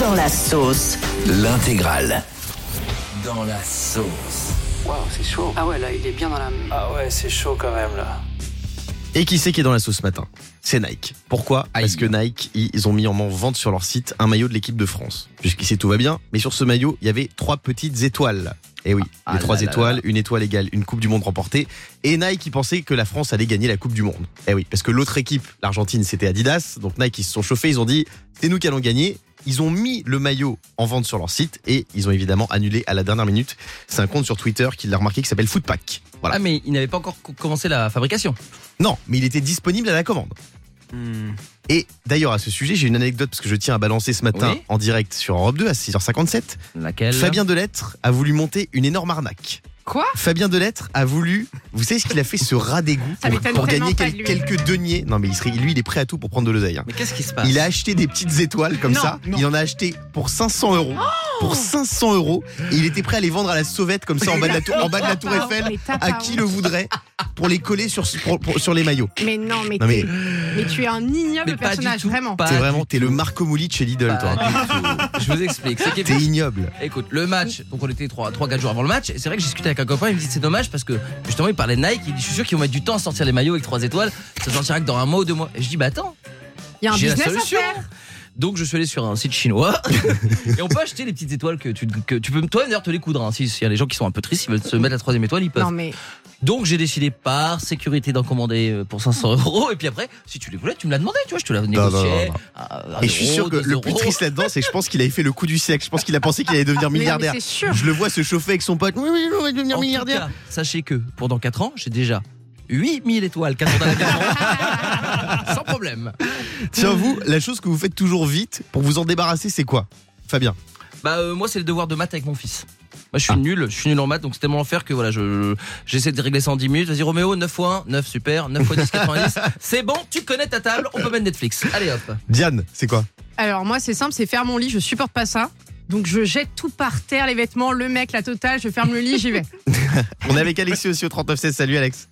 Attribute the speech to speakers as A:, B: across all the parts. A: Dans la sauce.
B: L'intégrale. Dans la sauce.
C: Waouh, c'est chaud.
D: Ah ouais, là, il est bien dans la.
C: Ah ouais, c'est chaud quand même là.
E: Et qui c'est qui est dans la sauce ce matin C'est Nike. Pourquoi Parce que Nike, ils ont mis en vente sur leur site un maillot de l'équipe de France. Jusqu'ici tout va bien, mais sur ce maillot, il y avait trois petites étoiles. Et oui,
B: Ah
E: les trois
B: là là
E: étoiles, une étoile égale une Coupe du Monde remportée. Et Nike, ils pensaient que la France allait gagner la Coupe du Monde. Et oui, parce que l'autre équipe, l'Argentine, c'était Adidas. Donc Nike, ils se sont chauffés, ils ont dit, c'est nous qui allons gagner. Ils ont mis le maillot en vente sur leur site et ils ont évidemment annulé à la dernière minute. C'est un compte sur Twitter qui l'a remarqué qui s'appelle Footpack. Voilà.
B: Ah, mais il n'avait pas encore co- commencé la fabrication.
E: Non, mais il était disponible à la commande. Et d'ailleurs, à ce sujet, j'ai une anecdote parce que je tiens à balancer ce matin
B: Oui.
E: en direct sur Europe 2 à 6h57.
B: Laquelle
E: Fabien Delettre a voulu monter une énorme arnaque.
D: Quoi
E: Fabien Delettre a voulu. Vous savez ce qu'il a fait, ce rat d'égout
F: Ça
E: pour,
F: m'étonne
E: pour
F: tellement
E: gagner
F: pas
E: quel-
F: de lui.
E: quelques deniers Non, mais il serait, lui, il est prêt à tout pour prendre de l'oseille. hein.
B: Mais qu'est-ce qui se passe
E: Il a acheté des petites étoiles comme
F: Non,
E: ça.
F: non. Oh
E: Il en a acheté pour 500 euros. pour 500 euros. Et il était prêt à les vendre à la sauvette comme ça en bas de la tour, en bas de la tour
F: T'as pas-
E: Eiffel.
F: mais t'as
E: À
F: pas
E: qui
F: honte.
E: le voudrait pour les coller sur, pour- pour- sur les maillots.
F: Mais non, mais,
E: Non, mais-
F: t'es- mais tu es un ignoble
B: Mais pas du
F: personnage,
B: tout.
F: vraiment.
B: Pas
E: T'es vraiment,
B: du
E: t'es le
B: tout.
E: Marco Mouli de chez Lidl,
B: Pas
E: toi.
B: du tout. Je vous explique. C'est
E: T'es
B: qu'effectivement,
E: ignoble.
B: Écoute, le match, donc on était 3-4 jours avant le match, et c'est vrai que j'ai discuté avec un copain, il me dit c'est dommage parce que justement il parlait de Nike, il dit je suis sûr qu'ils vont mettre du temps à sortir les maillots avec 3 étoiles, ça sortira que dans un mois ou deux mois. Et je dis bah attends,
F: Il y a un
B: j'ai la
F: business à
B: solution.
F: faire.
B: Donc je suis allé sur un site chinois et on peut acheter les petites étoiles que tu, que tu peux toi d'ailleurs te les coudre. hein. Si- S'il y a des gens qui sont un peu tristes, ils veulent se mettre la troisième étoile, ils peuvent.
F: Non, mais
B: Donc j'ai décidé par sécurité d'en commander euh, pour 500 euros et puis après si tu les voulais tu me l'as demandé, tu vois, je te la
E: Ah. non,
B: négociais.
E: non, non.
B: à un
E: Et je suis
B: euro,
E: sûr que
B: deux
E: le plus
B: euros.
E: triste là-dedans, c'est que je pense qu'il avait fait le coup du siècle. Je pense qu'il a pensé qu'il allait devenir
F: mais
E: milliardaire.
F: c'est sûr.
E: Je le vois se chauffer avec son pote. Oui, oui, on va devenir
B: En tout
E: milliardaire.
B: cas, sachez que pendant 4 ans, j'ai déjà 8000 étoiles, 4 ans dans la Garonne. Sans problème.
E: Tiens, vous, la chose que vous faites toujours vite pour vous en débarrasser, c'est quoi Fabien
B: Bah, euh, moi, c'est le devoir de maths avec mon fils. Moi, je suis
E: Ah.
B: nul, je suis nul en maths, donc c'est tellement l'enfer que voilà, je- j'essaie de régler ça en 10 minutes. Vas-y, Roméo, 9 fois 1, 9, super, 9 fois 10, 90. C'est bon, tu connais ta table, on peut mettre Netflix. Allez hop. Bah,
E: Diane, c'est quoi
F: Alors, moi, c'est simple, c'est faire mon lit, je supporte pas ça. Donc, je jette tout par terre, les vêtements, le mec, la totale, je ferme le lit, j'y vais.
E: On est avec Alexis aussi au 3916. Salut Alex.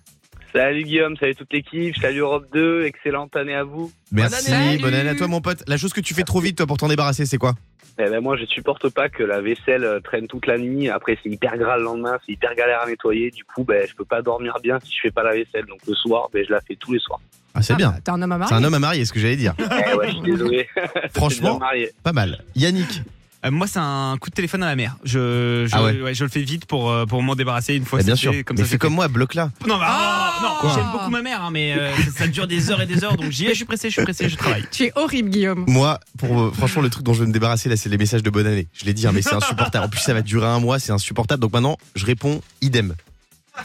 C: Salut Guillaume, salut toute l'équipe, salut Europe 2, excellente année à vous.
E: Merci,
B: année.
E: bonne année à toi mon pote. La chose que tu fais trop vite toi pour t'en débarrasser, c'est quoi
C: Eh ben moi je supporte pas que la vaisselle euh, traîne toute la nuit, après c'est hyper gras le lendemain, c'est hyper galère à nettoyer, du coup ben je peux pas dormir bien si je fais pas la vaisselle, donc le soir ben je la fais tous les soirs.
E: Ah, c'est
F: Ah,
E: bien.
F: bah, T'es un homme à
E: C'est
F: marier.
E: un homme à marier, ce que j'allais dire.
C: Eh ouais, je suis désolé.
E: Franchement.
C: Je suis bien marié.
E: Pas mal. Yannick,
G: Euh, moi, c'est un coup de téléphone à la mer. Je, je,
E: Ah ouais.
G: ouais, je le fais vite pour, euh, pour m'en débarrasser une fois.
E: Eh bien
G: c'est
E: sûr.
G: fait, Comme
E: Mais
G: ça,
E: fais
G: c'est
E: comme moi, bloque là.
G: fait. Non, bah, oh, non,
F: Quoi
G: j'aime beaucoup ma mère, hein, mais euh, ça, ça dure des heures et des heures. Donc j'y ai, je suis pressé, je suis pressé, je travaille.
F: Tu es horrible, Guillaume.
E: Moi, pour, euh, franchement, le truc dont je vais me débarrasser là, c'est les messages de bonne année. Je l'ai dit, hein, mais c'est insupportable. En plus, ça va durer un mois, c'est insupportable. Donc maintenant, je réponds idem.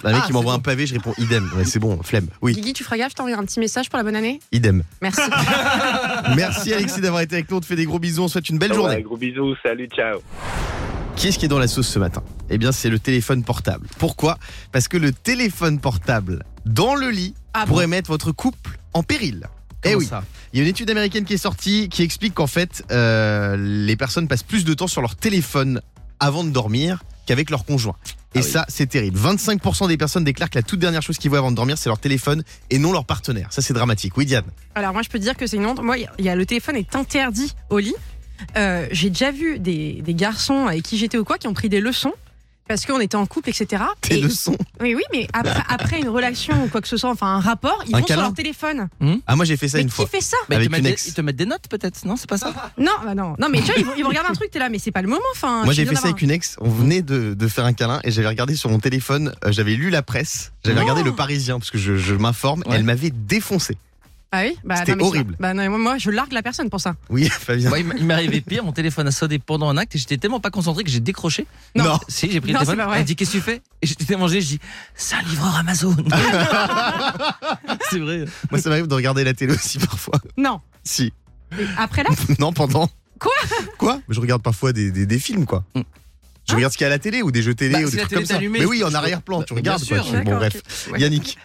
E: La mec,
B: Ah,
E: qui m'envoie
B: c'est
E: un pavé, je réponds idem. Ouais, c'est bon, flemme. Oui,
F: Guigui, tu feras gaffe, je t'enverrai un petit message pour la bonne année.
E: idem.
F: Merci.
E: Merci Alexis d'avoir été avec nous. On te fait des gros bisous. On te souhaite une belle
C: Ah Ouais,
E: journée.
C: gros bisous, salut, ciao.
E: Qui est-ce qui est dans la sauce ce matin Eh bien, c'est le téléphone portable. Pourquoi Parce que le téléphone portable dans le lit
F: Ah bon
E: pourrait mettre votre couple en péril. eh
B: Comment
E: oui.
B: ça
E: Il y a une étude américaine qui est sortie qui explique qu'en fait, euh, les personnes passent plus de temps sur leur téléphone avant de dormir qu'avec leur conjoint. Et
B: Ah oui.
E: ça, c'est terrible. 25% des personnes déclarent que la toute dernière chose qu'ils voient avant de dormir, c'est leur téléphone et non leur partenaire. Ça, c'est dramatique. Oui, Diane.
F: Alors moi je peux te dire que c'est une honte. Moi, il y a, le téléphone est interdit au lit. Euh, J'ai déjà vu des, des garçons avec qui j'étais ou quoi qui ont pris des leçons parce qu'on était en couple, etc.
E: Tes
F: Et-
E: leçons.
F: Oui, oui, mais après, après une relation ou quoi que ce soit, enfin un rapport, ils
E: Un
F: vont sur
E: câlin
F: leur téléphone.
E: Ah, moi, j'ai fait ça
F: mais
E: une
F: qui
E: fois.
F: fait ça
B: Bah, ils,
E: Avec
B: te mettent
E: une
B: des,
E: ex.
B: ils te mettent des notes peut-être, non C'est pas ça
F: Non, bah non, non, mais tu vois, ils vont, ils vont regarder un truc, t'es là, mais c'est pas le moment. Enfin,
E: Moi
F: je
E: j'ai
F: viens
E: fait ça
F: d'avoir
E: avec une ex,
F: Mmh.
E: on venait de, de faire un câlin et j'avais regardé sur mon téléphone, euh, j'avais lu la presse, j'avais
F: Non.
E: regardé le Parisien parce que je, je m'informe,
B: Ouais.
E: elle m'avait défoncé.
F: un- Ah oui, bah,
E: C'était
F: non, mais c'est-
E: horrible.
F: Bah, non, mais moi, moi, je largue la personne pour ça.
E: Oui Fabien.
B: Moi, il m- il m'est arrivé pire, mon téléphone a sonné pendant un acte et j'étais tellement pas concentré que j'ai décroché.
E: Non. Non.
B: Si, j'ai pris
F: Non,
B: le
F: c'est
B: téléphone.
F: pas vrai.
B: Elle dit Qu'est-ce que tu fais Et j'étais tellement gêné, je dis C'est un livreur Amazon. c'est vrai.
E: Moi ça m'arrive de regarder la télé aussi parfois.
F: Non.
E: Si.
F: Mais après là,
E: Non pendant.
F: Quoi
E: Quoi Je regarde parfois des, des, des films quoi.
B: Mm.
E: Je regarde ce qu'il y a à la télé ou des jeux télé
B: Bah,
E: ou
B: si
E: des
B: la
E: trucs
B: télé
E: comme
B: est
E: ça.
B: allumée,
E: mais
B: je-
E: oui en
B: je-
E: arrière-plan tu
B: Bah, bien
E: regardes. quoi,
B: sûr.
E: tu- Bon
F: D'accord,
E: bref. Yannick.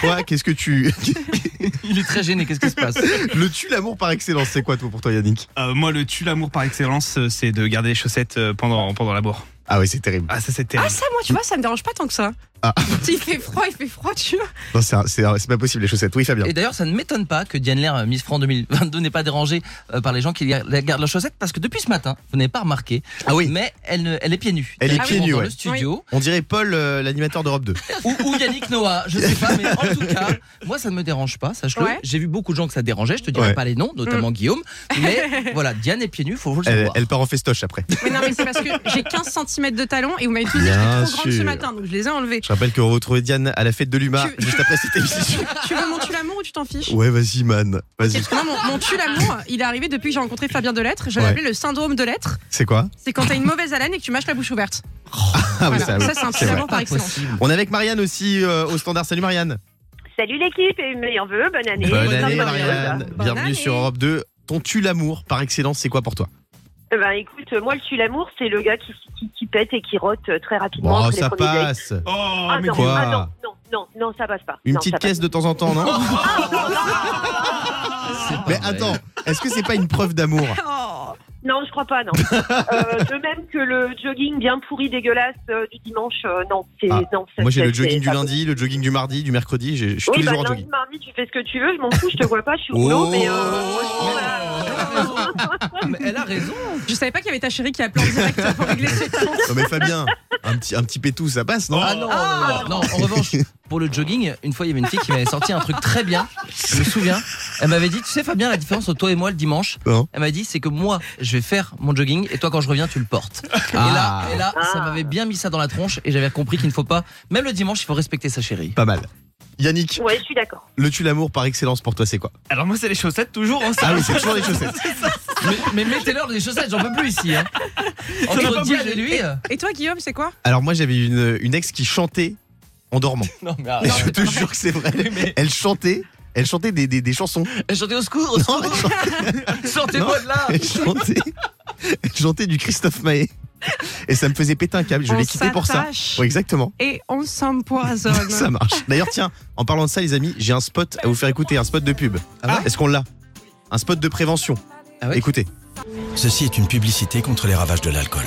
E: Toi, qu'est-ce que tu.
B: Il est très gêné, qu'est-ce qui se passe
E: Le tue l'amour par excellence, c'est quoi toi pour toi, Yannick
G: Euh, moi, le tue l'amour par excellence, euh, c'est de garder les chaussettes euh, pendant, pendant la bourre.
E: Ah ouais, c'est terrible.
D: Ah, ça, c'est
F: Ah
D: terrible.
F: ça moi tu vois ça me dérange pas tant que ça.
E: Ah.
F: S'il fait froid, il fait froid tu vois.
E: Non, c'est un- c'est un- c'est pas possible les chaussettes. Oui, Fabien.
B: Et d'ailleurs, ça ne m'étonne pas que Diane Lair, euh, Miss France 2022, n'est pas dérangée euh, par les gens qui gar- la gardent leurs chaussettes parce que depuis ce matin, vous n'avez pas remarqué,
E: Ah oui.
B: mais elle, ne- elle est pieds nus.
E: Elle est
B: Directement
E: pieds nus,
B: dans
E: ouais.
B: le studio.
E: On dirait Paul, euh, l'animateur d'Europe 2.
B: ou, ou Yannick Noah, je sais pas, mais en tout cas, moi ça ne me dérange pas, sache-le.
F: Ouais. Mm.
B: J'ai vu beaucoup de gens que ça dérangeait, je te dirai
E: Ouais.
B: pas les noms, notamment Guillaume, mais voilà, Diane est pieds nus, faut le
E: Elle,
B: savoir.
E: elle part en festoche après.
F: Mais non mais c'est parce que j'ai 15 cm de talon et vous m'avez tous dit que j'étais
E: Bien
F: trop grande ce
E: sûr.
F: matin donc je les ai enlevés.
E: Je rappelle qu'on retrouvait Diane à la fête de l'UMA
F: Tu-
E: juste après cette émission.
F: Tu veux mon tu l'amour ou tu t'en fiches
E: Ouais, vas-y, man. Vas-y.
F: Parce que moi, mon, mon tu l'amour, il est arrivé depuis que j'ai rencontré Fabien Delettre. Je
E: Ouais.
F: l'appelais le syndrome de l'être.
E: C'est quoi
F: C'est quand t'as une mauvaise haleine et que tu mâches la bouche ouverte.
E: Ah oui,
F: Voilà.
E: ça, oui.
F: Ça, c'est un
E: C'est
F: petit
E: vrai.
F: amour par
B: Pas
F: excellence.
B: possible.
E: On est avec Marianne aussi euh, au standard. Salut Marianne.
H: Salut l'équipe et meilleurs vœux, bonne
B: Eh
H: année.
E: Bonne
H: Bonne
E: année
H: Marianne.
E: Marianne.
F: Bonne
E: Bienvenue
F: année.
E: sur Europe 2. Ton tu l'amour par excellence, c'est quoi pour toi
H: Eh ben, écoute, moi le tue l'amour, c'est le gars qui, qui, qui pète et qui rote euh, très rapidement.
E: Oh,
H: après les
E: ça
H: premiers dates.
E: passe.
D: Oh,
H: Ah,
D: mais
H: non,
E: quoi
H: ah non, non, non, non, ça passe pas.
E: Une
H: Non,
E: petite
H: ça passe
E: caisse de temps en temps, non
B: Oh,
F: Ah.
B: C'est pas
E: Mais
B: vrai.
E: attends, est-ce que c'est pas une preuve d'amour
F: Oh.
H: pas. Non, je crois pas, non. Euh, de même que le jogging bien pourri, dégueulasse euh, du dimanche, euh, non, c'est
E: Ah,
H: non. ça-
E: Moi j'ai
H: ça-
E: le jogging
H: c'est-
E: du
H: ça-
E: lundi, le jogging du mardi, du mercredi, j'ai- je suis tous
H: Oui,
E: les
H: bah,
E: jours en
H: lundi,
E: jogging. Oh.
H: mardi, tu fais ce que tu veux, je m'en fous, je te vois pas, je suis au boulot, mais. euh, franchement,
B: Ah, Mais elle a raison.
F: Je savais pas qu'il y avait ta chérie qui appelait en direct pour régler ses comptes.
E: Non mais Fabien, un petit, un petit pétou, ça passe, non
B: Ah non, non, non, non. en revanche, pour le jogging, une fois il y avait une fille qui m'avait sorti un truc très bien, je me souviens, elle m'avait dit, tu sais Fabien, la différence entre toi et moi le dimanche,
E: Non.
B: elle m'a dit, c'est que moi, je vais faire mon jogging et toi quand je reviens, tu le portes. Et là, et là ça
H: Ah.
B: m'avait bien mis ça dans la tronche et j'avais compris qu'il ne faut pas, même le dimanche, il faut respecter sa chérie.
E: Pas mal. Yannick,
H: euh, Ouais, je suis d'accord.
E: le tu l'amour par excellence pour toi, c'est quoi
D: Alors, moi, c'est les chaussettes toujours. hein, ça.
E: Ah oui, c'est toujours les chaussettes.
B: Mais, mais mettez-leur des chaussettes, j'en peux plus ici. Hein.
D: n'a
B: Entre
D: pas
B: Diane
D: bougé.
B: et lui. euh,
F: Et toi, Guillaume, c'est quoi
E: Alors moi j'avais une, une ex qui chantait en dormant.
B: Ah, Non, mais
E: Et
B: arrête.
E: je te jure que c'est vrai.
B: Mais-
E: Elle chantait, elle chantait des, des, des chansons.
B: Elle chantait au secours, au secours.
E: elle chantait,
B: Sortez-moi de là.
E: elle chantait- elle chantait du Christophe Maé. Et ça me faisait péter un câble, je
F: On
E: l'ai quitté pour ça.
F: s'attache
E: Oui, exactement.
F: Et on s'empoisonne.
E: Ça marche. D'ailleurs, tiens, en parlant de ça, les amis, j'ai un spot à vous faire écouter, un spot de pub. Est-ce qu'on l'a Un spot de prévention.
B: Ah ouais
E: Écoutez.
I: Ceci est une publicité contre les ravages de l'alcool.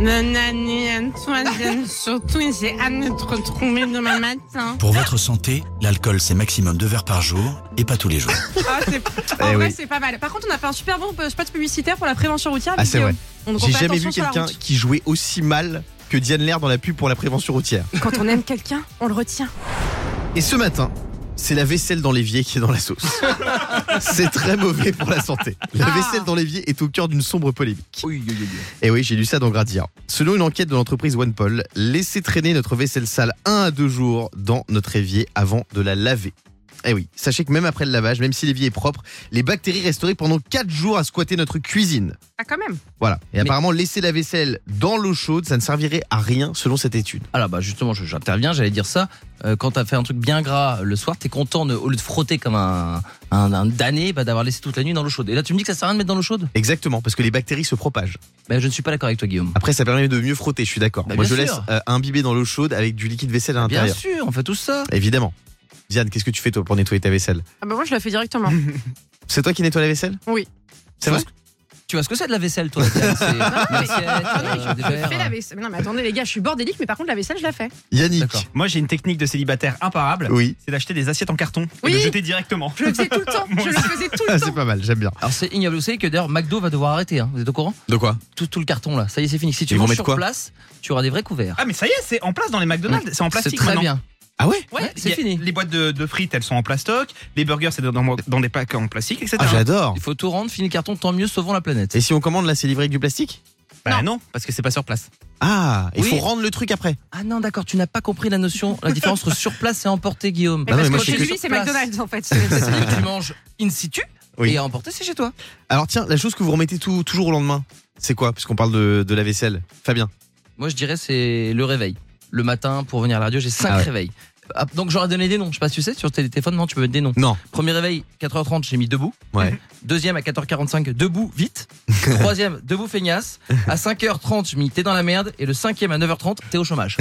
F: Nanani, Antoine, surtout, j'ai hâte de te retrouver demain matin.
I: Pour votre santé, l'alcool c'est maximum deux verres par jour et pas tous les jours.
F: Ah, c'est- en
E: Eh
F: vrai,
E: oui.
F: c'est pas mal. Par contre, on a fait un super bon euh, spot publicitaire pour la prévention routière.
E: Ah,
F: avec
E: c'est vrai.
F: Guillaume. On ne
E: J'ai
F: prend pas
E: jamais vu
F: attention sur la
E: quelqu'un
F: route.
E: qui jouait aussi mal que Diane Lair dans la pub pour la prévention routière.
F: Quand on aime quelqu'un, on le retient.
E: Et ce matin, c'est la vaisselle dans l'évier qui est dans la sauce. c'est très mauvais pour la santé. La
F: Ah.
E: vaisselle dans l'évier est au cœur d'une sombre polémique.
B: Oui, oui, oui, oui.
E: Et Eh oui, j'ai lu ça dans Gradia. Selon une enquête de l'entreprise OnePoll, laisser traîner notre vaisselle sale un à deux jours dans notre évier avant de la laver. Eh oui, sachez que même après le lavage, même si l'évier est propre, les bactéries resteraient pendant 4 jours à squatter notre cuisine.
F: Ah, quand même.
E: Voilà. Et
B: Mais-
E: apparemment, laisser la vaisselle dans l'eau chaude, ça ne servirait à rien selon cette étude.
B: Alors bah justement, je- j'interviens, j'allais dire ça. Euh, quand t'as fait un truc bien gras euh, le soir, t'es content de- au lieu de frotter comme un, un, un damné, bah, d'avoir laissé toute la nuit dans l'eau chaude. Et là, tu me dis que ça sert à rien de mettre dans l'eau chaude
E: Exactement, parce que les bactéries se propagent.
B: Bah je ne suis pas d'accord avec toi, Guillaume.
E: Après, ça permet de mieux frotter, je suis d'accord.
B: Bah,
E: Moi, je
B: bien
E: laisse
B: sûr.
E: euh, imbiber dans l'eau chaude avec du liquide vaisselle à
B: Bien
E: l'intérieur.
B: sûr, on fait tout ça.
E: Évidemment. Diane, qu'est-ce que tu fais toi pour nettoyer ta vaisselle
F: Ah, bah, moi, je la fais directement.
E: C'est toi qui nettoies la vaisselle
F: Oui.
E: C'est vrai
B: Tu vois ce que c'est de la vaisselle, toi Diane C'est une assiette,
F: Ah non, mais
B: euh, des
F: je je fais la
B: verres.
F: vaisselle. Mais non, mais attendez, les gars, je suis bordélique, mais par contre, la vaisselle, je la fais.
B: D'accord.
E: Yannick.
D: Moi, j'ai une technique de célibataire imparable.
E: Oui.
D: C'est d'acheter des assiettes en carton
F: Oui.
D: et de jeter directement.
F: Je le faisais tout le temps. Je le faisais tout
E: Ah,
F: le
E: c'est
F: temps.
E: pas mal, j'aime bien.
B: Alors c'est ignoble, vous savez que d'ailleurs McDo va devoir arrêter, hein. vous êtes au courant
E: De quoi
B: tout, tout le carton là, ça y est c'est fini. Si tu
E: Ils vont
B: manges
E: mettre
B: sur
E: quoi
B: place, tu auras des vrais couverts.
D: Ah, mais ça y est, c'est en place dans les McDonald's. C'est en
B: C'est
D: plastique
B: très
D: maintenant.
B: bien.
E: Ah ouais
B: Ouais, c'est
D: y a-
B: fini.
D: Les boîtes de, de frites, elles sont en plastoc. Les burgers, c'est dans, dans des packs en plastique, etc.
E: Ah, j'adore.
B: Il faut tout rendre, fini le carton, tant mieux, sauvons la planète.
E: Et si on commande là, c'est livré avec du plastique
D: bah non, parce que c'est pas sur place.
E: Ah, il
B: Oui.
E: faut rendre le truc après.
B: Ah non, d'accord, tu n'as pas compris la notion, la différence entre sur place et emporter, Guillaume.
F: Mais
E: non,
F: parce
E: mais moi,
F: que
E: je
F: chez
E: fais
F: lui,
B: que
F: c'est
B: sur place.
F: McDonald's, en fait.
B: C'est-à-dire que tu manges in situ
E: Oui.
B: et à emporter, c'est chez toi.
E: Alors tiens, la chose que vous remettez tout, toujours au lendemain, c'est quoi Puisqu'on parle de, de la vaisselle. Fabien.
B: Moi, je dirais c'est le réveil. Le matin, pour venir à la radio, j'ai 5
E: Ah ouais.
B: réveils. Ah, Donc, j'aurais donné des noms. Je sais pas si tu sais, sur tes téléphones, non, tu peux mettre des noms.
E: Non.
B: Premier réveil, 4h30, j'ai mis debout.
E: Ouais.
B: Deuxième, à 4h45, debout, vite. Troisième, debout, feignasse. À 5h30, j'ai mis t'es dans la merde. Et le cinquième, à 9h30, t'es au chômage.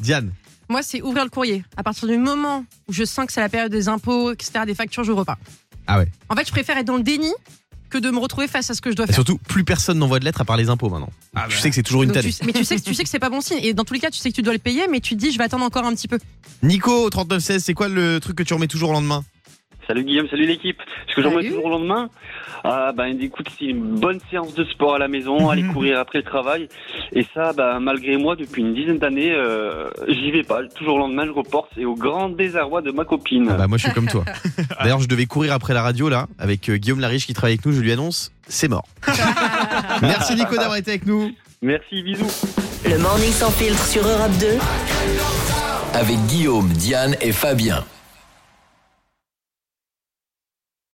E: Diane.
F: Moi, c'est ouvrir le courrier. À partir du moment où je sens que c'est la période des impôts, etc., des factures, j'ouvre pas.
E: Ah ouais.
F: En fait, je préfère être dans le déni que que de me retrouver face à ce que je dois
E: Et
F: faire.
E: surtout, plus personne n'envoie de lettres à part les impôts maintenant.
D: Ah
E: je
D: bah.
E: sais que c'est toujours une
F: Donc,
E: tannée.
F: tu sais- mais tu sais, que- tu sais que c'est pas bon signe. Et dans tous les cas, tu sais que tu dois le payer, mais tu te dis, je vais attendre encore un petit peu.
E: Nico, au 3916, c'est quoi le truc que tu remets toujours au lendemain
J: Salut Guillaume, salut l'équipe. Ce que j'en mets
F: Salut.
J: toujours le lendemain, ah ben écoute, c'est une bonne séance de sport à la maison, aller courir après le travail. Et ça, ben, malgré moi, depuis une dizaine d'années, euh, j'y vais pas. Toujours le lendemain, je reporte et au grand désarroi de ma copine.
E: Bah moi je suis comme toi. D'ailleurs je devais courir après la radio là avec euh, Guillaume Lariche qui travaille avec nous, je lui annonce c'est mort. Merci Nico d'avoir été avec nous.
J: Merci, bisous.
A: Le morning sans filtre sur Europe 2.
K: Avec Guillaume, Diane et Fabien.